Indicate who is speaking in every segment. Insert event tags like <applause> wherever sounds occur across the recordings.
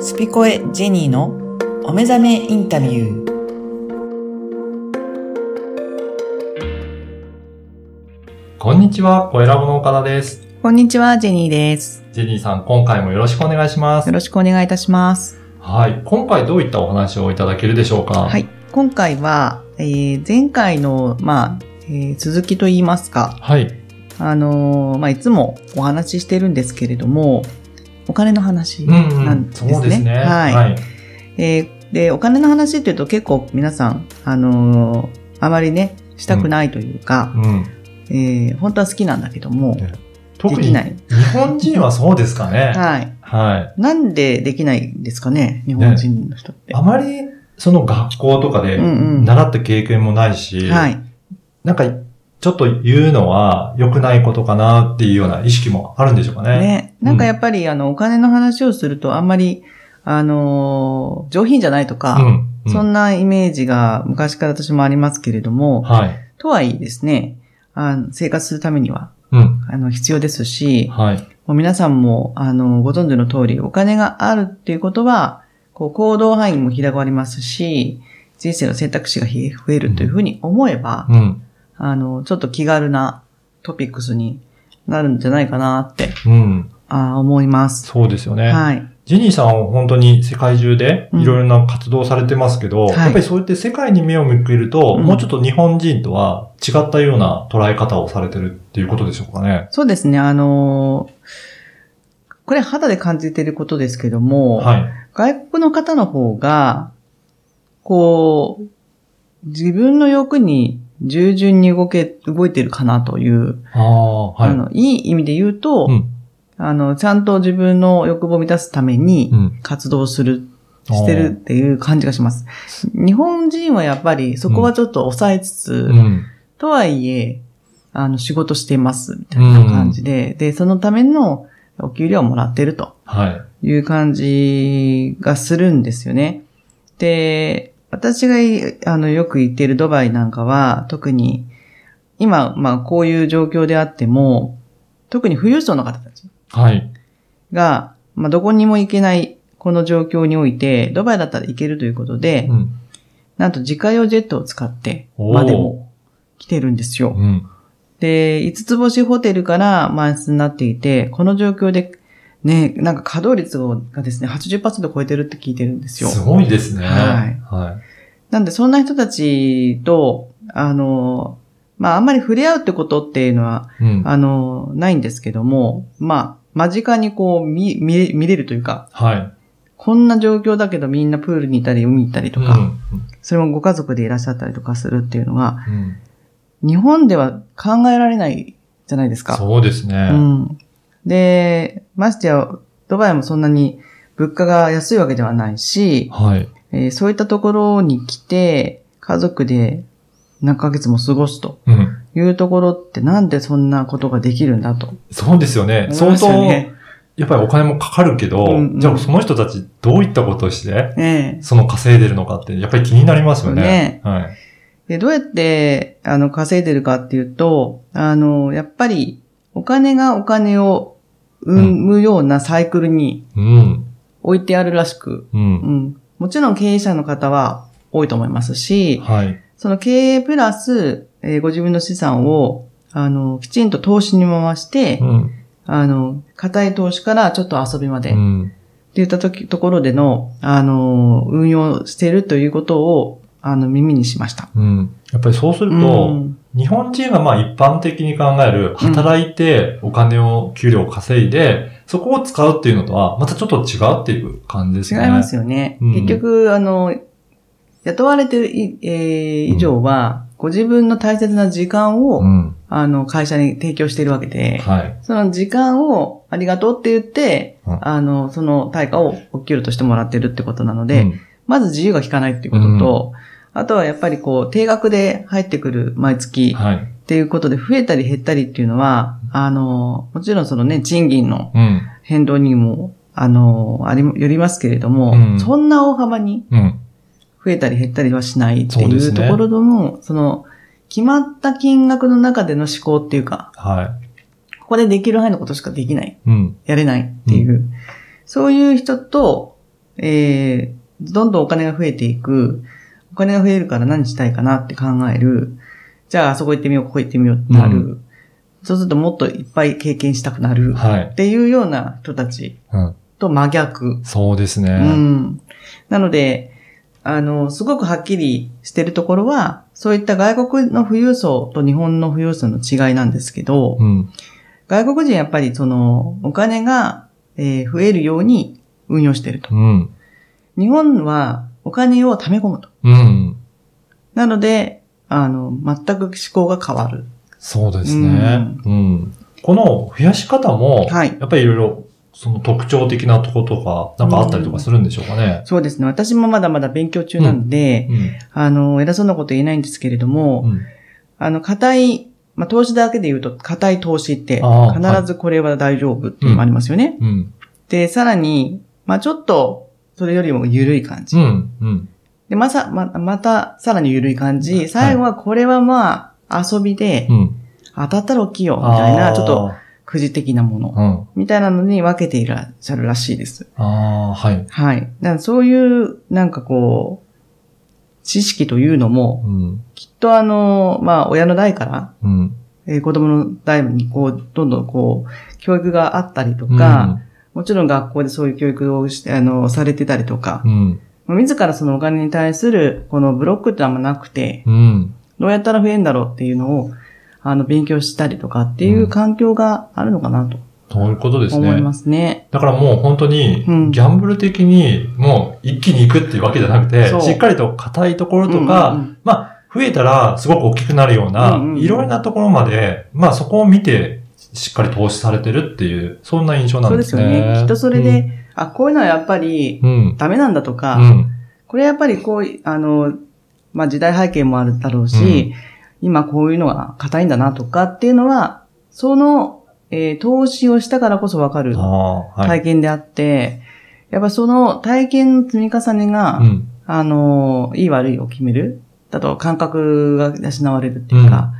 Speaker 1: スピコエジェニーのお目覚めインタビュー。
Speaker 2: こんにちは、小選ぼの岡田です。
Speaker 3: こんにちは、ジェニーです。
Speaker 2: ジェニーさん、今回もよろしくお願いします
Speaker 3: よ。ろしくお願いいたします。
Speaker 2: はい。今回どういったお話をいただけるでしょうか
Speaker 3: は。い。今回は、えー前回の、まあ、えー続きと言いますか、
Speaker 2: はい。
Speaker 3: あのーまあ、いつもお話ししてるんですけれども、お金の話
Speaker 2: う
Speaker 3: なん
Speaker 2: ん、う
Speaker 3: なん
Speaker 2: ん。
Speaker 3: です
Speaker 2: そ
Speaker 3: ね。
Speaker 2: うですね。
Speaker 3: はい、
Speaker 2: はい。
Speaker 3: えーで、お金の話っていうと結構皆さん、あのーあまりね、したくないというか、
Speaker 2: うん。
Speaker 3: えー本当は好きなんだけども、
Speaker 2: ね
Speaker 3: で
Speaker 2: 特
Speaker 3: き
Speaker 2: に、
Speaker 3: な
Speaker 2: 日
Speaker 3: い。
Speaker 2: 本人はそうですかね。
Speaker 3: <laughs> はい。
Speaker 2: は
Speaker 3: なんでできないんですかね、日本人の人って。
Speaker 2: い。あまり、その学校とかで、
Speaker 3: うんうん
Speaker 2: 習った経験もないし、
Speaker 3: はい。
Speaker 2: なんか、ちょっと言うのは良くないことかなっていうような意識もあるんでしょうかね。
Speaker 3: ね。なんかやっぱり、あの、お金の話をすると、あんまり、あのー上品じゃないと
Speaker 2: うん
Speaker 3: か、。
Speaker 2: うん
Speaker 3: そんなイメージが昔から私もありますけれども、
Speaker 2: はい。
Speaker 3: とはいえですね、あの生活するためには、
Speaker 2: うん。
Speaker 3: あの、必要ですし、
Speaker 2: はい。
Speaker 3: もう皆さんも、あの、ご存知の通り、お金があるっていうことは、こう、行動範囲も広がりますし、人生の選択肢がひ増えるというふうに思えば、
Speaker 2: うん。
Speaker 3: あの、ちょっと気軽なトピックスになるんじゃないかなって、
Speaker 2: うん。
Speaker 3: あー思います。
Speaker 2: そうですよね。
Speaker 3: はい。
Speaker 2: ジェニーさんは本当に世界中で
Speaker 3: うん
Speaker 2: いろいろな活動をされてますけど、
Speaker 3: はい
Speaker 2: やっぱりそうやって世界に目を向けると、
Speaker 3: うん
Speaker 2: もうちょっと日本人とは違ったような捉え方をされてるっていうことでしょうかね。
Speaker 3: そうですね、あのーこれ肌で感じていることですけども、
Speaker 2: はい。
Speaker 3: 外国の方の方が、こう、自分の欲に従順に動け、動いてるかなという、
Speaker 2: ああ、はい
Speaker 3: い、あ。の、いい意味で言うと、
Speaker 2: うん
Speaker 3: あの、ちゃんと自分の欲望を満たすために
Speaker 2: うん。
Speaker 3: 活動する、してるっていう感じがします。日本人はやっぱりそこはちょっと抑えつつ、
Speaker 2: あー。うん。
Speaker 3: とはいえ、あの、仕事してます、みたいな感じで、で、そのためのお給料をもらってると
Speaker 2: はい。
Speaker 3: いう感じがするんですよね。で、私がい、あの、よく行っているドバイなんかは、特に、今、まあ、こういう状況であっても、特に富裕層の方たち
Speaker 2: はい。
Speaker 3: が、まあ、どこにも行けない、この状況において、ドバイだったら行けるということで
Speaker 2: う、ん。
Speaker 3: なんと自家用ジェットを使って、までも来てるんですよ。
Speaker 2: うん。
Speaker 3: で、5つ星ホテルから満室になっていて、この状況で、ね、なんか稼働率がですね、80%超えてるって聞いてるんですよ。
Speaker 2: すごいですね。
Speaker 3: はい
Speaker 2: は
Speaker 3: なんで、そんな人たちと、あの、まあ、あんまり触れ合うってことっていうのは、
Speaker 2: い。うん。
Speaker 3: あの、ないんですけども、まあ、間近にこう、見、見れ見れるというか、
Speaker 2: はい。
Speaker 3: こんな状況だけどみんなプールにいたり、海に行ったりと
Speaker 2: うん
Speaker 3: か、それもご家族でいらっしゃったりとかするっていうのが、
Speaker 2: うん。
Speaker 3: 日本では考えられないじゃないですか。
Speaker 2: そうです
Speaker 3: う
Speaker 2: ね。
Speaker 3: ん。で、ましてや、ドバイもそんなに物価が安いわけではないし、
Speaker 2: はい。
Speaker 3: えーそういったところに来て、家族で何ヶ月も過ごすと
Speaker 2: うん。
Speaker 3: いうところってなんでそんなことができるんだと。
Speaker 2: そうですよね。
Speaker 3: 思い
Speaker 2: 相
Speaker 3: ます
Speaker 2: 当、
Speaker 3: よ
Speaker 2: や
Speaker 3: ね。
Speaker 2: っぱりお金もかかるけど、
Speaker 3: うんうん
Speaker 2: じゃあその人たちどういったことをして、
Speaker 3: ええ
Speaker 2: その稼いでるのかって、やっぱり気になりますよね。
Speaker 3: ね
Speaker 2: はい。
Speaker 3: で、どうやって、あの、稼いでるかっていうと、あの、やっぱり、お金がお金を生むようなサイクルに
Speaker 2: うん。
Speaker 3: 置いてあるらしく、
Speaker 2: う。
Speaker 3: うんん。もちろん経営者の方は多いと思いますし、
Speaker 2: はい。
Speaker 3: その経営プラス、えーご自分の資産を、あの、きちんと投資に回して、
Speaker 2: うん。
Speaker 3: あの、固い投資からちょっと遊びまで、
Speaker 2: う
Speaker 3: って
Speaker 2: ん。
Speaker 3: 言ったとき、ところでの、あの、運用しているということを、あの、耳にしました。
Speaker 2: うん。やっぱりそうする
Speaker 3: う
Speaker 2: と、
Speaker 3: ん
Speaker 2: 日本人がまあ一般的に考える、働いてお金を、給料を稼いで、そこを使うっていうのとは、またちょっと違うっていう感じです
Speaker 3: 違い
Speaker 2: ね。
Speaker 3: ます
Speaker 2: よ。
Speaker 3: よね。
Speaker 2: うん
Speaker 3: 結局、あの、雇われてるい、えー以上は、ご自分の大切な時間を、
Speaker 2: うん。
Speaker 3: あの、会社に提供しているわけで、
Speaker 2: はい。
Speaker 3: その時間をありがとうって言って、
Speaker 2: うん
Speaker 3: あの、その対価をお給料としてもらってるってことなので、
Speaker 2: うん
Speaker 3: まず自由が利かないっていうことと、あとはやっぱりこう、定額で入ってくる毎月っ
Speaker 2: はい。
Speaker 3: ていうことで増えたり減ったりっていうのは、あの、もちろんそのね、賃金の
Speaker 2: うん。
Speaker 3: 変動にも、あの、あり、よりますけれども、
Speaker 2: うん
Speaker 3: そんな大幅に
Speaker 2: うん。
Speaker 3: 増えたり減ったりはしないって
Speaker 2: そうで
Speaker 3: い
Speaker 2: す
Speaker 3: う
Speaker 2: ね
Speaker 3: ところとも、その、決まった金額の中での思考っていうか、
Speaker 2: は
Speaker 3: ここでできる範囲のことしかできない。
Speaker 2: い。うん。
Speaker 3: やれないっていう、そういう人と、えー、どんどんお金が増えていく、お金が増えるから何したいかなって考える、じゃああそこ行ってみよう、ここ行ってみようってなる。
Speaker 2: う
Speaker 3: そうするともっといっぱい経験したくなる。
Speaker 2: はい
Speaker 3: っ。ていうような人たち
Speaker 2: うん。
Speaker 3: と真逆。
Speaker 2: そうですね。
Speaker 3: うん。なので、あの、すごくはっきりしてるところは、そういった外国の富裕層と日本の富裕層の違いなんですけど、
Speaker 2: うん。
Speaker 3: 外国人やっぱりその、お金が、えー増えるように運用してると。
Speaker 2: うん。
Speaker 3: 日本はお金を貯め込むと。
Speaker 2: うん。
Speaker 3: なので、あの、全く思考が変わる。
Speaker 2: そうですね。うん。この増やし方も、
Speaker 3: はい。
Speaker 2: やっぱりいろいろ、その特徴的なとことか、なんかあったりとかするんでしょうかね。
Speaker 3: そうですね。私もまだまだ勉強中なんで、
Speaker 2: うん。
Speaker 3: あの、偉そうなこと言えないんですけれども、
Speaker 2: うん。
Speaker 3: あの、硬い、まあ、投資だけで言うと、硬い投資って
Speaker 2: あ、ー
Speaker 3: 必ずこれは大丈夫っていうのもありますよね。
Speaker 2: うん。
Speaker 3: で、さらに、まあ、ちょっと、それよりも緩い感じ。
Speaker 2: うん。うん。
Speaker 3: で、まさ、ま、また、さらに緩い感
Speaker 2: は
Speaker 3: じ。
Speaker 2: い
Speaker 3: 最後は、これはまあ、遊びで
Speaker 2: う、ん。
Speaker 3: 当たったら大きいよ、みたいな、ちょっと、
Speaker 2: と。
Speaker 3: くじ的なもの。
Speaker 2: うん。
Speaker 3: みたいなのに分けていらっしゃるらしいです。
Speaker 2: ああ、はい。
Speaker 3: はい。だからそういう、なんかこう、知識というのも、
Speaker 2: うん。
Speaker 3: きっとあの、まあ、親の代から、
Speaker 2: うん。
Speaker 3: えー子供の代にこう、どんどんこう、教育があったりとか、もちろん学校でそういう教育をして、あの、されてたりとか
Speaker 2: う、ん、
Speaker 3: まあ自らそのお金に対する、このブロックってあんまなくて、
Speaker 2: うん。うん。
Speaker 3: どうやったら増えんだろうっていうのを、あの、勉強したりとかっていう環境があるのかなと
Speaker 2: そういうことです
Speaker 3: 思い
Speaker 2: ね。
Speaker 3: ますね。
Speaker 2: だからもう本当に
Speaker 3: うん、
Speaker 2: ギャンブル的に、もう一気に行くっていうわけじゃなくて
Speaker 3: そう、
Speaker 2: しっかりと硬いところと
Speaker 3: うんう
Speaker 2: か、
Speaker 3: ん
Speaker 2: まあ、増えたらすごく大きくなるよう
Speaker 3: う
Speaker 2: なん
Speaker 3: うんう、ん
Speaker 2: いろいろなところまで、まあそこを見て、しっかり投資されてるっていう、そんな印象な
Speaker 3: そうんで
Speaker 2: ですす
Speaker 3: よ
Speaker 2: ね。
Speaker 3: ね。きっとそれで、あ、こういうのはやっぱり
Speaker 2: うん。うん。
Speaker 3: ダメなんだとか、
Speaker 2: うん。
Speaker 3: これやっぱりこうい、あの、まあ、時代背景もあるだろうし、今こういうのが硬いんだなとかっていうのは、その、えー投資をしたからこそわかる
Speaker 2: ああ、はい。
Speaker 3: 体験であって、やっぱその体験の積み重ねが、
Speaker 2: うん。
Speaker 3: あの、いい悪いを決める。だと感覚が養われるっていうか、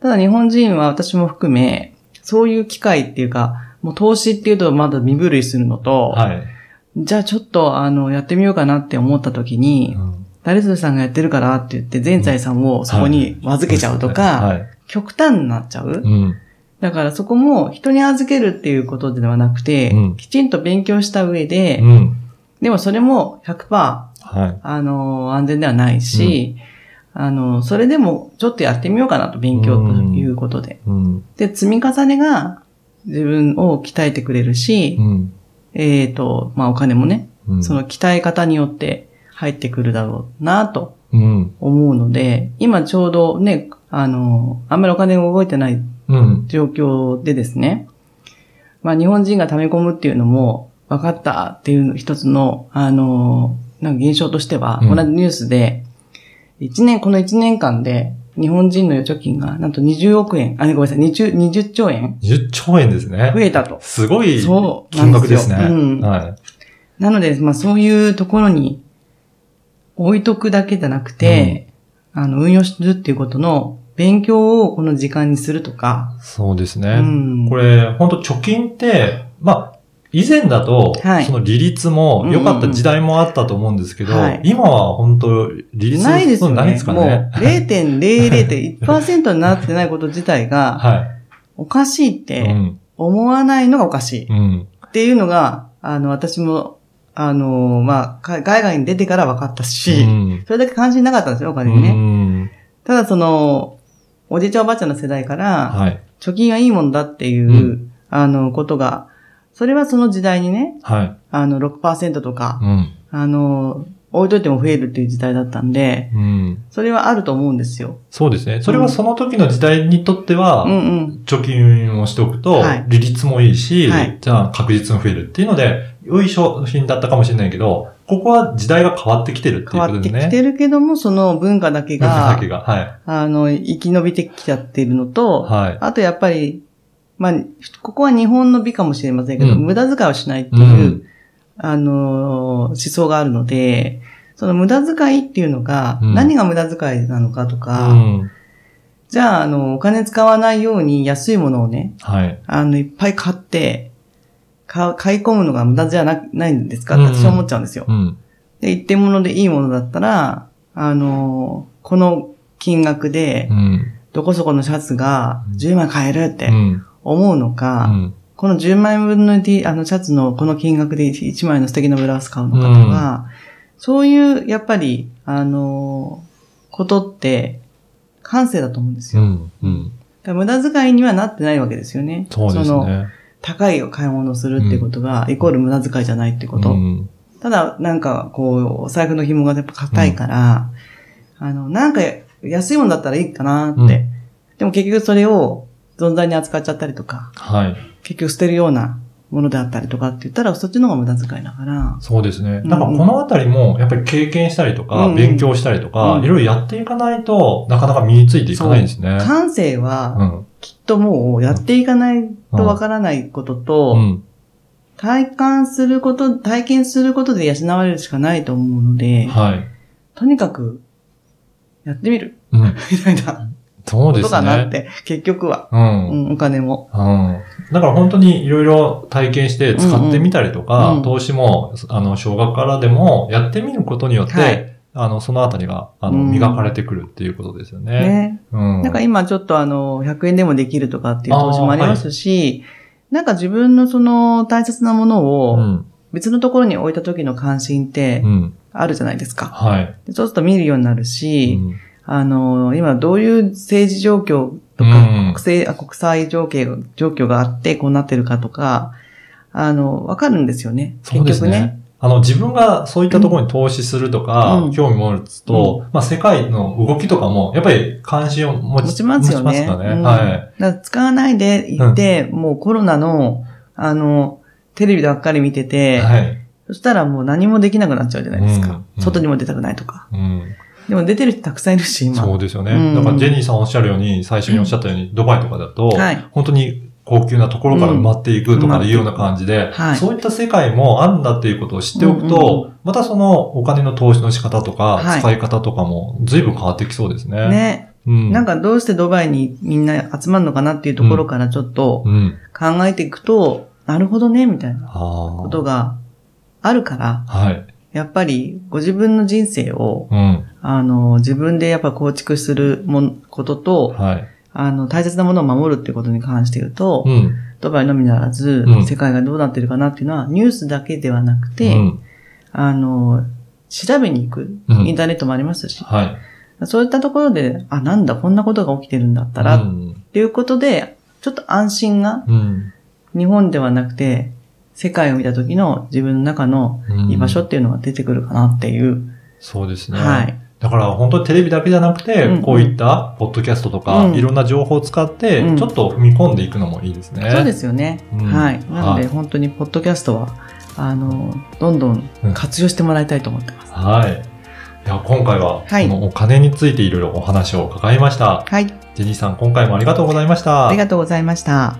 Speaker 3: ただ日本人は私も含め、そういう機会っていうか、もう投資っていうとまだ身震いするのと、
Speaker 2: はい。
Speaker 3: じゃあちょっとあの、やってみようかなって思った時に
Speaker 2: う、ん
Speaker 3: 誰それさんがやってるからって言って全財産をそこに預けちゃうとか、
Speaker 2: はい。
Speaker 3: 極端になっちゃう。
Speaker 2: うん。
Speaker 3: だからそこも人に預けるっていうことではなくて、
Speaker 2: うん
Speaker 3: きちんと勉強した上で、
Speaker 2: うん。
Speaker 3: でもそれも100%、
Speaker 2: はい。
Speaker 3: あの、安全ではないし、あの、それでもちょっとやってみようかなと勉強ということで。
Speaker 2: うん。
Speaker 3: で、積み重ねが自分を鍛えてくれるし
Speaker 2: う、ん。
Speaker 3: えっ、と、まあ、お金もね、
Speaker 2: うん
Speaker 3: その鍛え方によって入ってくるだろうなと
Speaker 2: うん。
Speaker 3: 思うので、今ちょうどね、あの、あんまりお金が動いてない
Speaker 2: うん。
Speaker 3: 状況でですね、まあ日本人が溜め込むっていうのも分かったっていう一つの、あの、なんか現象としては、
Speaker 2: うん
Speaker 3: 同じニュースで、一年、この1年間で日本人の預貯金がなんと20億円、あ、ごめんなさい、20, 20兆円
Speaker 2: 10兆円ですね。
Speaker 3: 増えたと。
Speaker 2: すごい
Speaker 3: そう
Speaker 2: 金額ですね。
Speaker 3: なんですようん
Speaker 2: はい。
Speaker 3: なので、まあそういうところに置いとくだけじゃなくて、あの、運用するっていうことの勉強をこの時間にするとか、
Speaker 2: そうです
Speaker 3: う
Speaker 2: ね。
Speaker 3: ん
Speaker 2: これ、本当貯金って、まあ、以前だと、
Speaker 3: はい
Speaker 2: その利率も良かった時代もあったと思うんですけど、
Speaker 3: うんうんうんはい
Speaker 2: 今は本当利率
Speaker 3: ないですよね。
Speaker 2: ないですからね。
Speaker 3: もう0.001%になってないこと自体が
Speaker 2: は
Speaker 3: おかしいっ
Speaker 2: い。
Speaker 3: て
Speaker 2: うん。
Speaker 3: 思わないのがおかしい
Speaker 2: うん。
Speaker 3: っていうのが、あの、私も、あの、まあ、か海外に出てから分かったし、
Speaker 2: うん
Speaker 3: それだけ関心なかったんですよ、お
Speaker 2: う
Speaker 3: 金にね。
Speaker 2: ん。
Speaker 3: ただその、おじいちゃんおばあちゃんの世代から、
Speaker 2: はい。
Speaker 3: 貯金はいいもんだっていう、
Speaker 2: う
Speaker 3: あの、ことが、それはその時代にね、
Speaker 2: はい。
Speaker 3: あの、6%とか
Speaker 2: う、ん。
Speaker 3: あの、置いといても増えるっていう時代だったんで、
Speaker 2: うん。
Speaker 3: それはあると思うんですよ。
Speaker 2: そうですね。それはその時の時代にとっては、
Speaker 3: うんうん。
Speaker 2: 貯金をしておくと
Speaker 3: はい、
Speaker 2: 利率もいいし、
Speaker 3: はい
Speaker 2: じゃあ確実に増えるっていうので、良い商品だったかもしれないけど、ここは時代が変わってきてるって
Speaker 3: 変
Speaker 2: いう
Speaker 3: わ
Speaker 2: こと
Speaker 3: っ
Speaker 2: で
Speaker 3: て
Speaker 2: すね。
Speaker 3: きてるけども、その文化だけが
Speaker 2: だ、けが。はい。
Speaker 3: あの、生き延びてきちゃってるのと、
Speaker 2: はい。
Speaker 3: あとやっぱり、まあ、ここは日本の美かもしれませんけど、
Speaker 2: うん
Speaker 3: 無駄遣いをしないっていうう、
Speaker 2: ん。
Speaker 3: あのー、思想があるので、その無駄遣いっていうのが、
Speaker 2: うん
Speaker 3: 何が無駄遣いなのかと
Speaker 2: う
Speaker 3: か、
Speaker 2: ん。
Speaker 3: じゃあ、あの、お金使わないように安いものをね、
Speaker 2: はい。
Speaker 3: あの、いっぱい買って、か買い込むのが無駄じゃなないんですかって私は思っちゃうんですよ。
Speaker 2: うん。
Speaker 3: で、一定物でいいものだったら、あのーこの金額で
Speaker 2: う、ん。
Speaker 3: どこそこのシャツが
Speaker 2: うん
Speaker 3: 10枚買えるっ
Speaker 2: う
Speaker 3: て
Speaker 2: ん。
Speaker 3: 思うのか、
Speaker 2: うん。
Speaker 3: この10万円分の T、あの、シャツのこの金額で1枚の素敵なブラウス買うのかとか、そういう、やっぱり、あのーことって、感性だと思うんです
Speaker 2: う
Speaker 3: よ。
Speaker 2: ん。うん。
Speaker 3: だから無駄遣いにはなってないわけですよね。
Speaker 2: そうです
Speaker 3: の、
Speaker 2: ね。
Speaker 3: 高い買い物をするってことが、イコール無駄遣いじゃないってこと。
Speaker 2: うん。
Speaker 3: ただ、なんか、こう、お財布の紐がやっぱ硬いから、あの、なんか、安いものだったらいいかなって。
Speaker 2: うん
Speaker 3: でも結局それを、存在に扱っちゃったりとか、
Speaker 2: はい。
Speaker 3: 結局捨てるようなものであったりとかって言ったら、そっちの方が無駄遣いだから。
Speaker 2: そうですね。
Speaker 3: うん
Speaker 2: なんかこのあたりも、やっぱり経験したりとか、
Speaker 3: うん
Speaker 2: 勉強したりとか、
Speaker 3: うん
Speaker 2: いろいろやっていかないと、なかなか身についていかないんですね。
Speaker 3: 感性
Speaker 2: う
Speaker 3: は、
Speaker 2: ん。
Speaker 3: きっともう、やっていかないとわからないことと、
Speaker 2: うん。
Speaker 3: 体感すること、体験することで養われるしかないと思うので、
Speaker 2: はい。
Speaker 3: とにかく、やってみる、 <laughs>
Speaker 2: うん。
Speaker 3: みたいな
Speaker 2: そう
Speaker 3: こ
Speaker 2: で
Speaker 3: と
Speaker 2: す
Speaker 3: かなっ
Speaker 2: ね。
Speaker 3: て、結局は。
Speaker 2: うん。
Speaker 3: うん、お金も。
Speaker 2: うん。だから本当にいろいろ体験して使ってみたりとか、
Speaker 3: うんうん
Speaker 2: 投資も、あの、小学からでもやってみることによって、
Speaker 3: はい
Speaker 2: あの、そのあたりが、あの、
Speaker 3: うん
Speaker 2: 磨かれてくるっていうことですよね。
Speaker 3: ね。
Speaker 2: うん。
Speaker 3: なんか今ちょっとあの、100円でもできるとかっていう投資もありますし、なんか自分のその大切なもの
Speaker 2: う
Speaker 3: を
Speaker 2: ん。
Speaker 3: 別のところに置いた時の関心って
Speaker 2: うん。
Speaker 3: あるじゃないですか。
Speaker 2: はい。
Speaker 3: でそうすると見るようになるし、
Speaker 2: うん
Speaker 3: あの、今どういう政治状況とか、
Speaker 2: うん
Speaker 3: 国際あ国際情景が状況があってこうなってるかとか、あの、わかるんですよね。
Speaker 2: そうですね。あの、自分がそういったところに投資するとか、
Speaker 3: うん
Speaker 2: 興味持つと、まあ、世界の動きとかも、やっぱり関心を持ち
Speaker 3: 持ちますよね。
Speaker 2: 持ちますかね。
Speaker 3: うん
Speaker 2: はい。
Speaker 3: だから使わないで行って、もうコロナの、あの、テレビばっかり見てて、
Speaker 2: はい。
Speaker 3: そしたらもう何もできなくなっちゃうじゃないですか。
Speaker 2: うんうん
Speaker 3: 外にも出たくないとか。
Speaker 2: うん。
Speaker 3: でも出てる人たくさんいるし、今。
Speaker 2: そうですよね。
Speaker 3: うん
Speaker 2: だからジェニーさんおっしゃるように、最初におっしゃったように、ドバイとかだと、
Speaker 3: はい
Speaker 2: 本当に高級なところから埋まっていくとかでいうような感じで、
Speaker 3: はい
Speaker 2: そういった世界もあるんだっていうことを知っておくと、
Speaker 3: うん
Speaker 2: またそのお金の投資の仕方とか、
Speaker 3: はい
Speaker 2: 使い方とかも随分変わってきそうですね。
Speaker 3: ね。
Speaker 2: うん。
Speaker 3: なんかどうしてドバイにみんな集まるのかなっていうところからちょっと
Speaker 2: うん。
Speaker 3: 考えていくと、なるほどね、みたいなこ
Speaker 2: あ
Speaker 3: とがあるから、
Speaker 2: あ。はい。
Speaker 3: やっぱりご自分の人生を、
Speaker 2: うん。
Speaker 3: あの、自分でやっぱ構築するもんことと、
Speaker 2: はい。
Speaker 3: あの、大切なものを守るってことに関して言うと
Speaker 2: う、ん。
Speaker 3: ドバイのみならず
Speaker 2: う、ん
Speaker 3: 世界がどうなってるかなっていうのは、ニュースだけではなくて、
Speaker 2: うん。
Speaker 3: あの、調べに行く。
Speaker 2: うん
Speaker 3: インターネットもありますし、
Speaker 2: はい。
Speaker 3: そういったところで、あ、なんだ、こんなことが起きてるんだったら、っ
Speaker 2: うん。
Speaker 3: ていうことで、ちょっと安心が、
Speaker 2: うん。
Speaker 3: 日本ではなくて、世界を見た時の自分の中の
Speaker 2: うん
Speaker 3: 居場所っていうのが出てくるかなっていう。
Speaker 2: そうですね。
Speaker 3: はい。
Speaker 2: だから本当にテレビだけじゃなくて、
Speaker 3: うん
Speaker 2: こういったポッドキャストとか、
Speaker 3: うん
Speaker 2: いろんな情報を使って、
Speaker 3: うん
Speaker 2: ちょっと見込んでいくのもいいですね。
Speaker 3: そうですよね。
Speaker 2: うん
Speaker 3: はい。なの
Speaker 2: はい
Speaker 3: で、本当に、ポッドキャストは、あの、どんどん活用してもらいたいと思ってます。
Speaker 2: はい。いや今回は、
Speaker 3: はい
Speaker 2: このお金についていろいろお話を伺いました。
Speaker 3: はい。
Speaker 2: ジェニーさん、今回もありがとうございました。
Speaker 3: ありがとうございました。